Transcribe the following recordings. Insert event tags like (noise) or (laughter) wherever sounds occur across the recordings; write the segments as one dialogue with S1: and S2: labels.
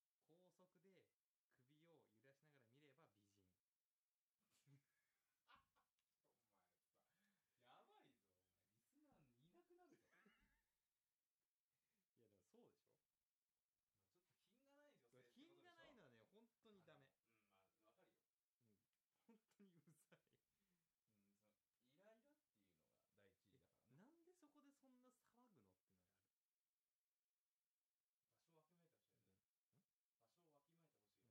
S1: お前さやばいぞお前リスナーいなく
S2: 遠くで首を揺らしながら見れば美人
S1: なるぞ
S2: いやでもそうでしょ
S1: まあちょっと品がない女性ってことでしょ
S2: 品がないのはね (laughs) 本当にダメ
S1: あのうんまあわかるよ
S2: うん本当にうざい
S1: うんその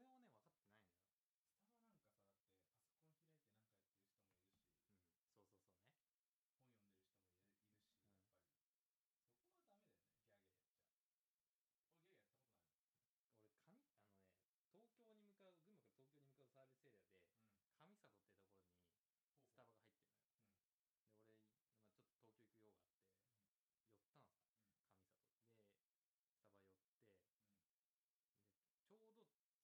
S1: イライラっていうのが第一位だからね
S2: なんでそこでそんな
S1: 場
S2: 騒ぐのってのがある
S1: 所をわきまえてほしいよね、
S2: うんん
S1: 場所をわきまえてほしい
S2: (laughs)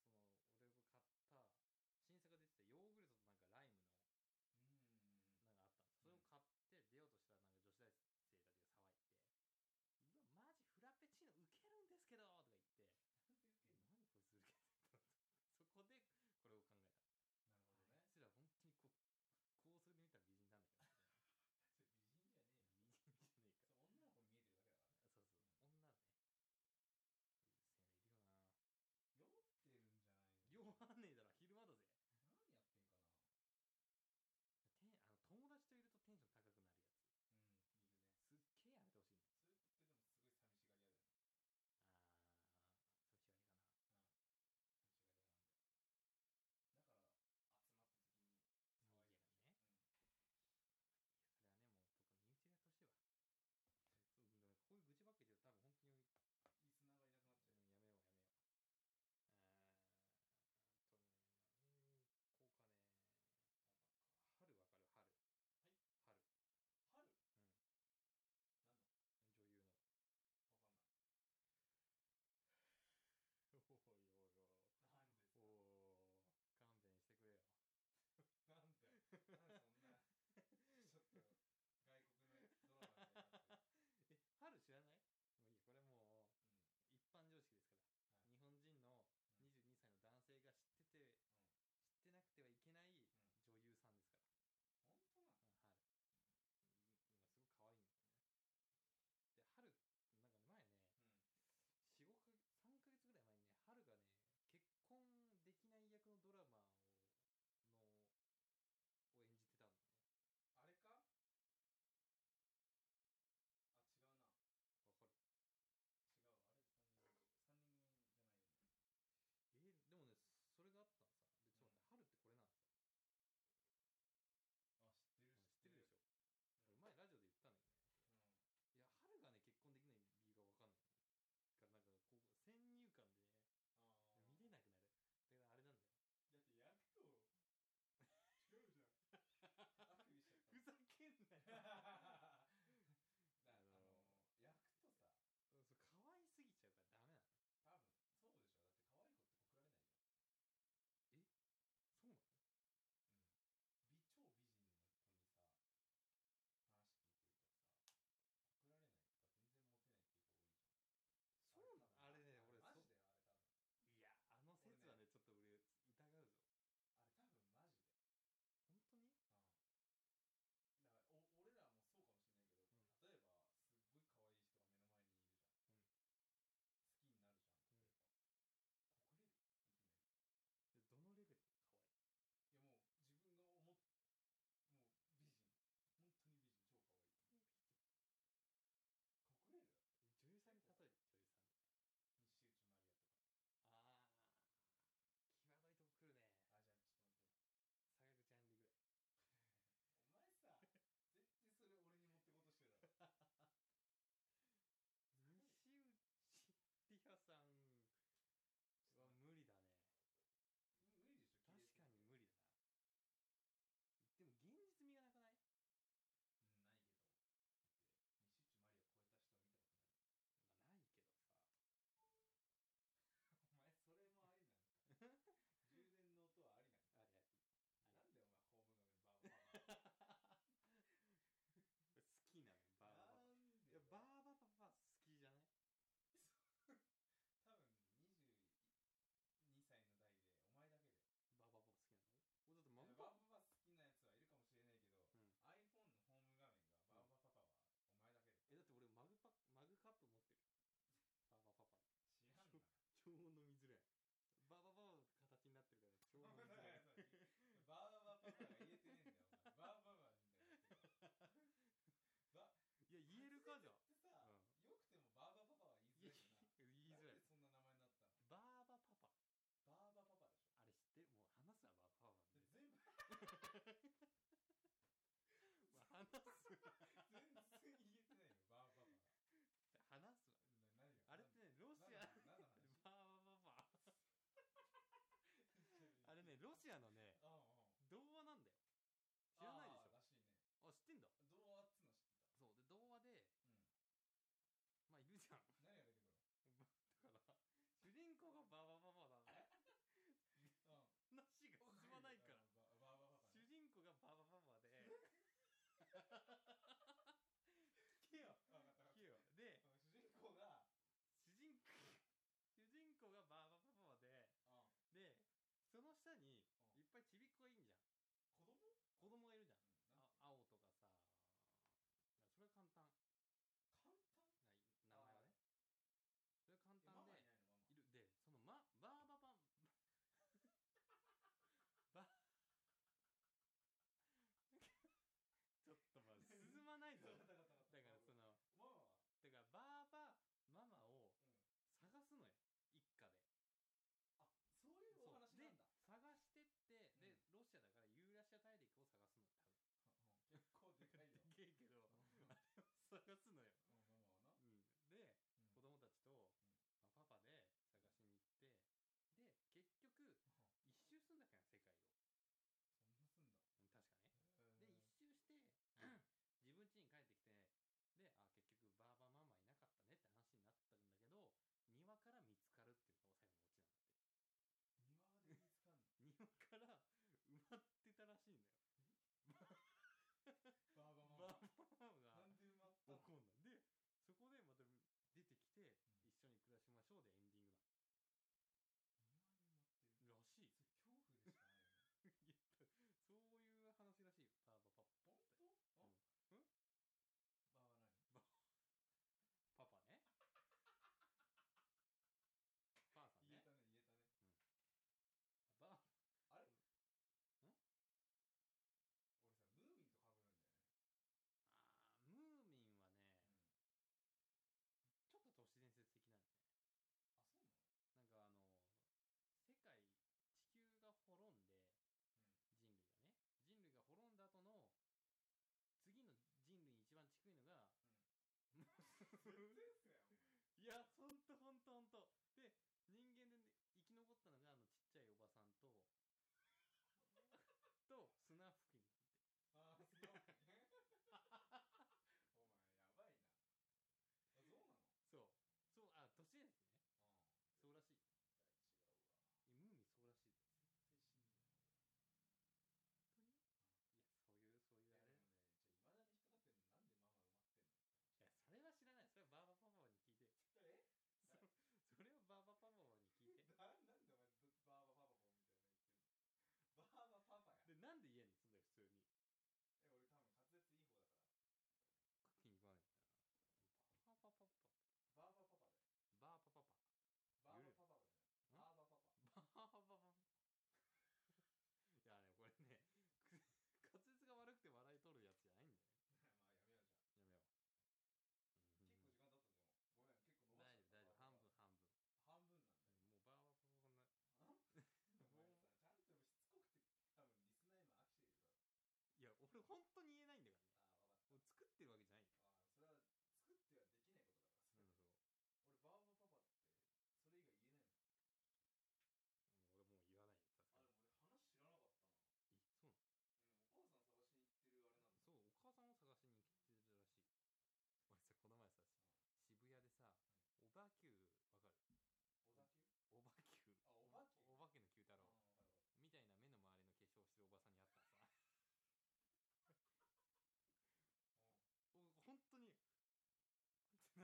S2: (laughs)
S1: (laughs) (laughs) (laughs) (laughs)
S2: (laughs) (laughs) (laughs) (laughs) (laughs) 下にいっぱいちびっこがいいんじゃん
S1: 子供
S2: 子供がいるじゃん
S1: うんなん
S2: あ青とかさそれは簡単
S1: 簡単
S2: な名前はねそれは
S1: えママいないのマ
S2: 簡単で
S1: マ
S2: いるでそのまバーバパン
S1: (laughs)
S2: (laughs) バちょっとまあ進まないぞ
S1: そう
S2: だ
S1: だから
S2: からその
S1: ママは
S2: だからバーバママを
S1: うん
S2: 探すのよ一家で
S1: あそういうお話
S2: で
S1: なんだ
S2: 探してってで、ロシアだからユーラシア大陸を探す
S1: 結構でかいようん
S2: のよ多分でっけえけど探すのよ、
S1: うんママはな
S2: うん、で
S1: うん
S2: 子供たちと、
S1: うん
S2: まあ、パパで探しに行ってで結局一周すんだっけな世界を
S1: そんなすんだ
S2: うん確かね
S1: へ
S2: で一
S1: ー
S2: 周して自分家に帰ってきてであ結局バーバママいなかったねって話になってたんだけど庭から見つかるっていうのが最後のオチなんだって
S1: 庭で見つかんの
S2: 庭から埋まってたらしいんだよ
S1: バ
S2: (laughs)
S1: ーバママな
S2: バーバママが
S1: んで埋まった
S2: 怒
S1: の
S2: んだでそこでまた出てきて、
S1: うん
S2: 一緒に暮らしましょうでエンディング
S1: 庭に埋まってる
S2: ならしい
S1: それ恐怖でしかないよね
S2: いやそう (laughs) いう話らしいよバーバパ
S1: 本当
S2: うんうん
S1: バーバ何
S2: (laughs) パパねパーさ
S1: 言
S2: ん
S1: え
S2: ね
S1: たね言えたねあ
S2: バー
S1: れ
S2: ん
S1: 俺さムーミンと被るんだよねうん
S2: あームーミンはねちょっと都市伝説的なんだよね
S1: あそうなの
S2: なんかあの世界地球が滅んで
S1: うん
S2: 人類がね人類が滅んだ後の次の人類に一番近いのが、
S1: 全然っすよお前
S2: いや、ほんとほんとほんと。で、人間でね、生き残ったのが、あの、ちっちゃいおばさん
S1: (laughs)
S2: と、と、スナフキン。
S1: あー、すごいね。
S2: (laughs)
S1: お前、やばいな。あ、そうなのうん。
S2: そう。そう、あ、年ですね。そうらしい。
S1: 絶対違うわ。
S2: え、ム
S1: 絶対信じ
S2: ーミンそうらしい。
S1: ないよ。
S2: 本当にいや、そういう、そういう
S1: い
S2: あ
S1: や、
S2: れ。
S1: でもね、ちょ、未だに引っかかってるの、なんでママ埋まってんのっ
S2: い
S1: て
S2: や、
S1: 話。え誰な
S2: それは知らない。それはバーバパパに聞いて。そそれはバーバパパに聞いて。
S1: なんでお前、どバーバパパボンみたいなの言ってんのバーバパパや。
S2: で、 (laughs) なんで家にすんだ
S1: え、
S2: よ、普通に。
S1: 俺多分滑舌いい方だから。
S2: 気に食わないんだよな。バーバパパ。
S1: バーバパパだよ。バーバパパだよ。バーバパパ。まあ、やめようじ
S2: バーパパパ。バーババンいやねこれねく滑舌が悪くて笑い取るやつじゃないんだよ (laughs)
S1: ゃん。
S2: やめよう、うん
S1: 結構時間経ったじゃん。ごめん、結構伸ばし
S2: 大丈夫
S1: た
S2: 大丈夫半分
S1: バーバパパ
S2: 半分
S1: 半分なんだよ。
S2: もうバー
S1: あお前さ、ちゃんとしつこくて、多分リスナー今飽きてるよ。
S2: バパパないや俺本当に言えないんだからね
S1: ああ、わかった。
S2: 俺作ってるわけじゃないよ
S1: ああ、それは作ってはできないことだから、それは。俺、バーバパパって、それ以
S2: そう
S1: 外言えないもん。あ、でも俺話知らなかったな。うん、お
S2: 俺もう言わないよさすがにえそうなの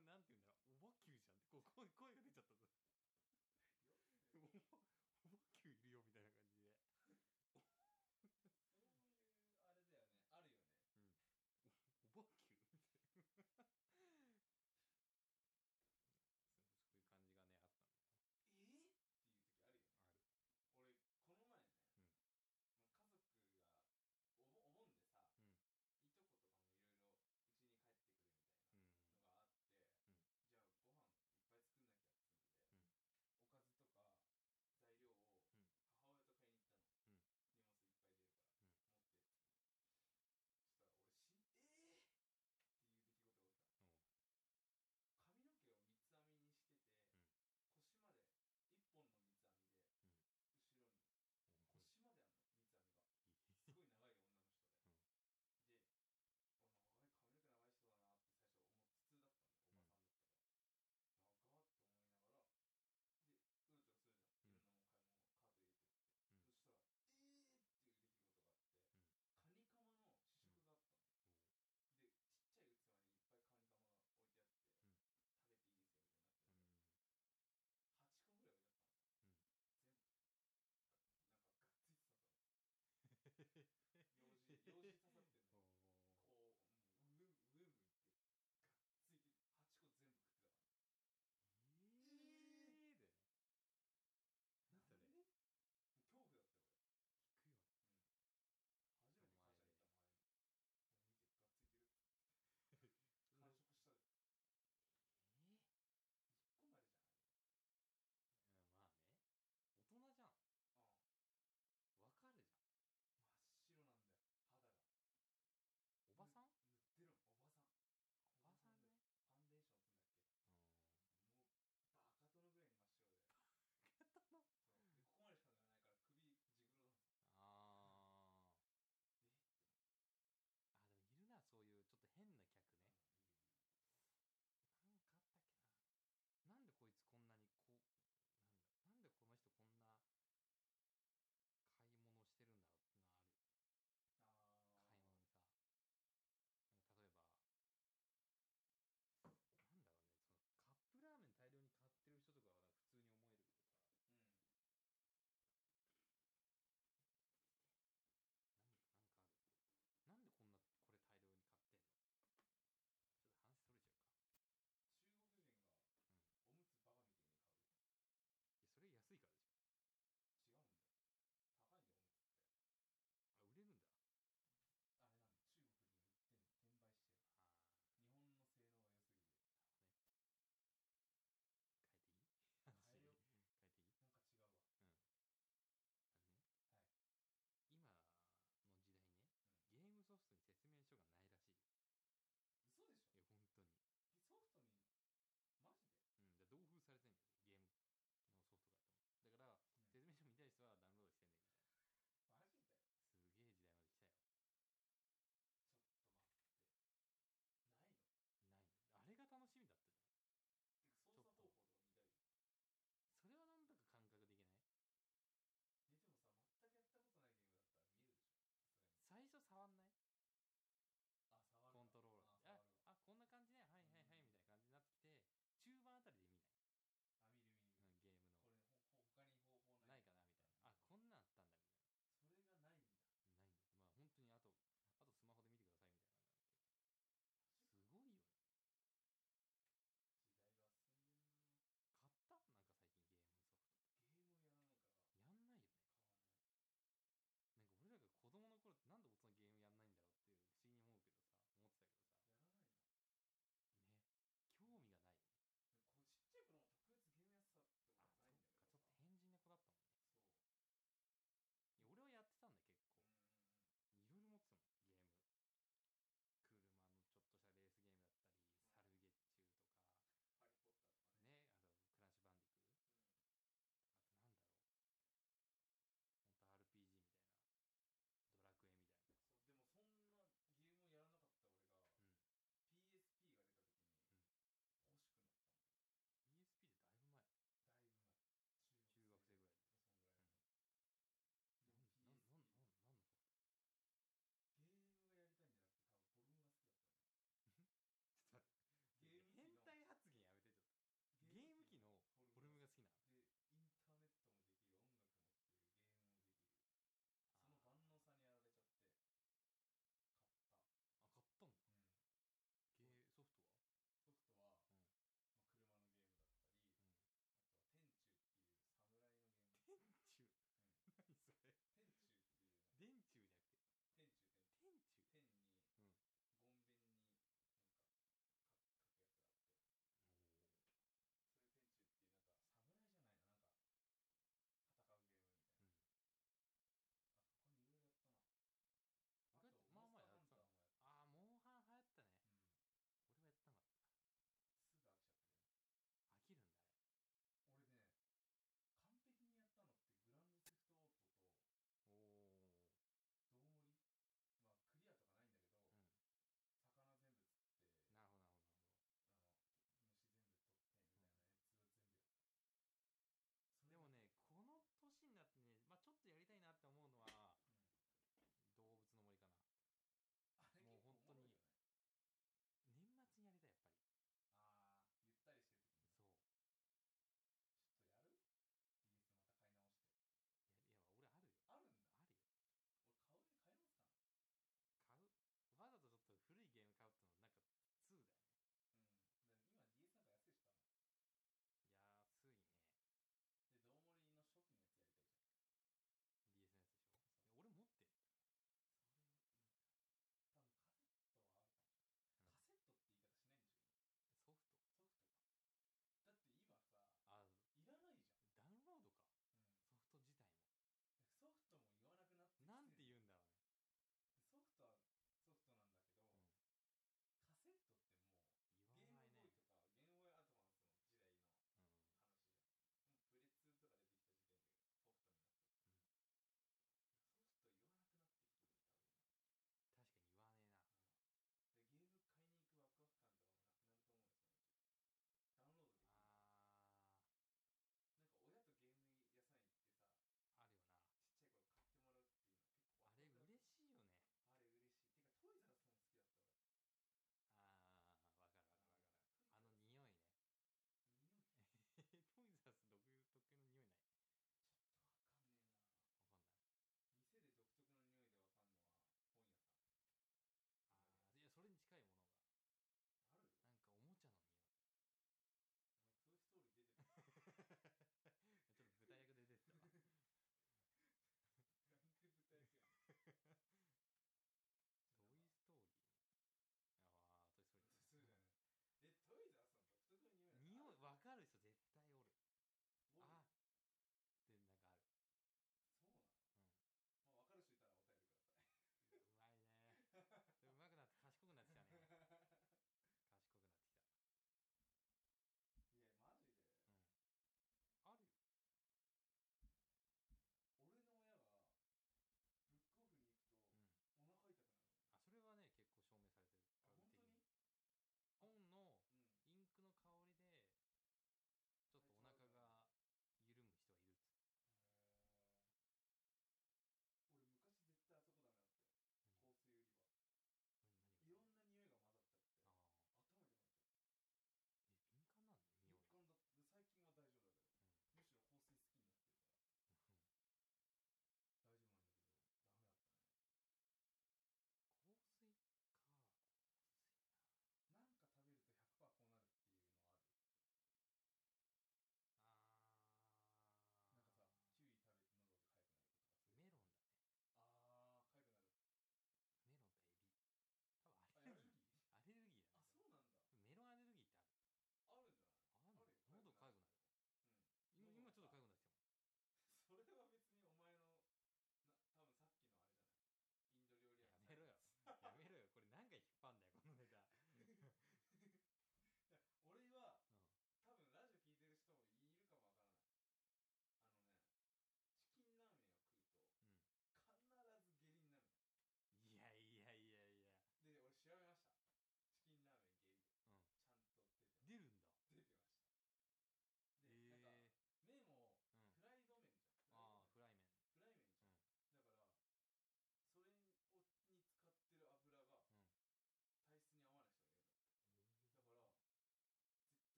S1: 母さん探しに行ってるあれなんだ。
S2: そうお母さんを探しに来てるらしい俺さこの前さ渋谷でさオバキューわか
S1: 小田急
S2: るオバキ
S1: あオバキューああ、わかるわかる。うんよ (laughs) そういう、あれだよね。あるよね。
S2: ューお化けの九太郎みたいな目の周りの化粧してるおばさんに会ったらさお本当にななんて言うんだろうおばきゅうじゃんってこう声声が出ちゃったぞおばおばきゅういるよみたいな感じでおばきゅうみたいなそうそういう感じがねあったんだよ
S1: えー、っていう時あるよね。俺この前ね、まあ、家族がお
S2: あるうん
S1: 盆お盆でさ、
S2: うん
S1: いとことかもいろいろうちに帰ってくるみたいなのがあって、じゃあご飯い
S2: うんうん
S1: っぱい作んなきゃっつうんで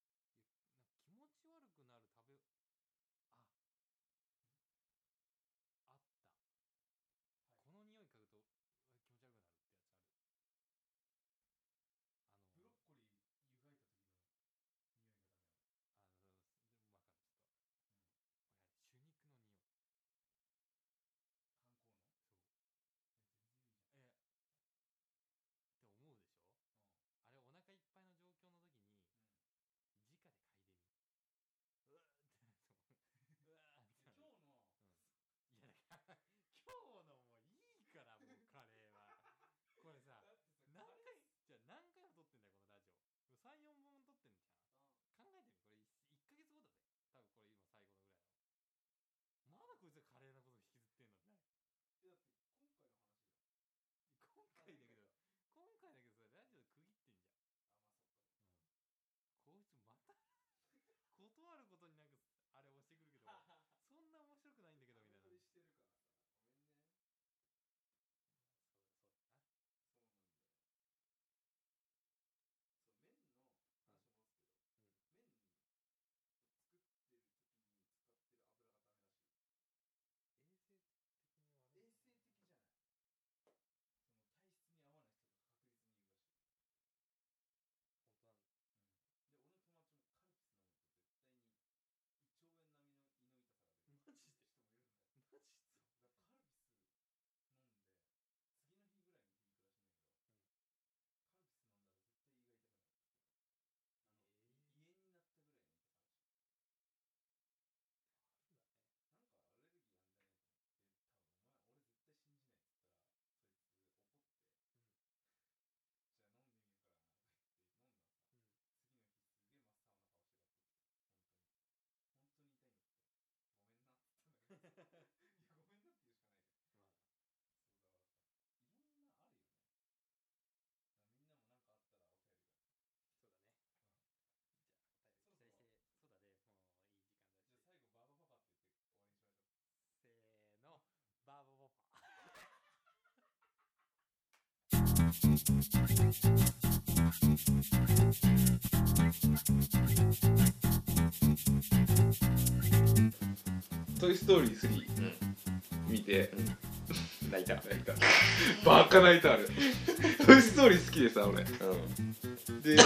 S2: (laughs) (laughs) (laughs) 断ることになんかあれ押してくるけどそんな面白くないんだけどみたいな
S1: 深掘りしてるからさごめんね
S2: そうそうだな
S1: そうなんだよそう麺の話を戻すけど、麺を作ってる時に使ってる油がダメらしい
S2: 衛生的に悪い
S1: 衛生的じゃないその体質に合わない人が確実にいるらしいで俺の友
S2: 本当なの
S1: 達もカルピス飲むと絶対に胃腸炎並みの胃の痛さが出る
S2: マジで
S1: 人もいるんだよ
S2: マジで
S1: だからカルピス飲んで次の日ぐらいに出てくらしいんだけど、カルピス飲んだら絶対胃が痛くなるってあの、
S2: (laughs) え
S1: い胃炎
S2: ー
S1: になったぐらいの痛さらしいなんかアレルギーあんじゃねえと思って多分お前俺絶対信じないって言ったらそいつ怒って、じゃあ飲んでみるからとか言って飲んだらさ、次の日すげえ真っ青な顔して帰ってきて本 (laughs) 当に本当に痛いんだってごめんなって言った
S2: うんうん
S1: んだけどさいやごめんなって言うしかないじゃんそうだからさいろんなあるよねだからみんなもなんかあったらお便りくださいじゃあ最後ババパパって言って終わりにしましょう
S2: まあそうだねじゃあお便り期待してそうだねもういい時間だしせーのバーボボパ
S3: トイ・ストーリー3、見て、泣いた泣いたバカ泣い (laughs) たあれトイ・ストーリー好きでさ俺
S4: う
S3: で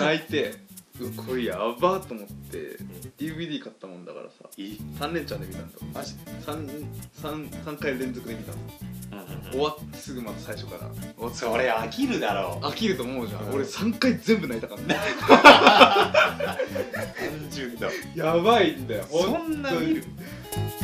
S3: 泣いてうわこれやばと思って、DVD 買ったもんだからさ3連チャンで見たんだマジ 3, 3, 3回連続で見たの終わってすぐまた最初から終わって
S4: それ飽きるだろ
S3: 飽きると思うじゃん、
S4: うん
S3: 俺3回全部泣いたからね
S4: う単純だ
S3: やばいんだよ
S4: そんな見る
S3: 本当に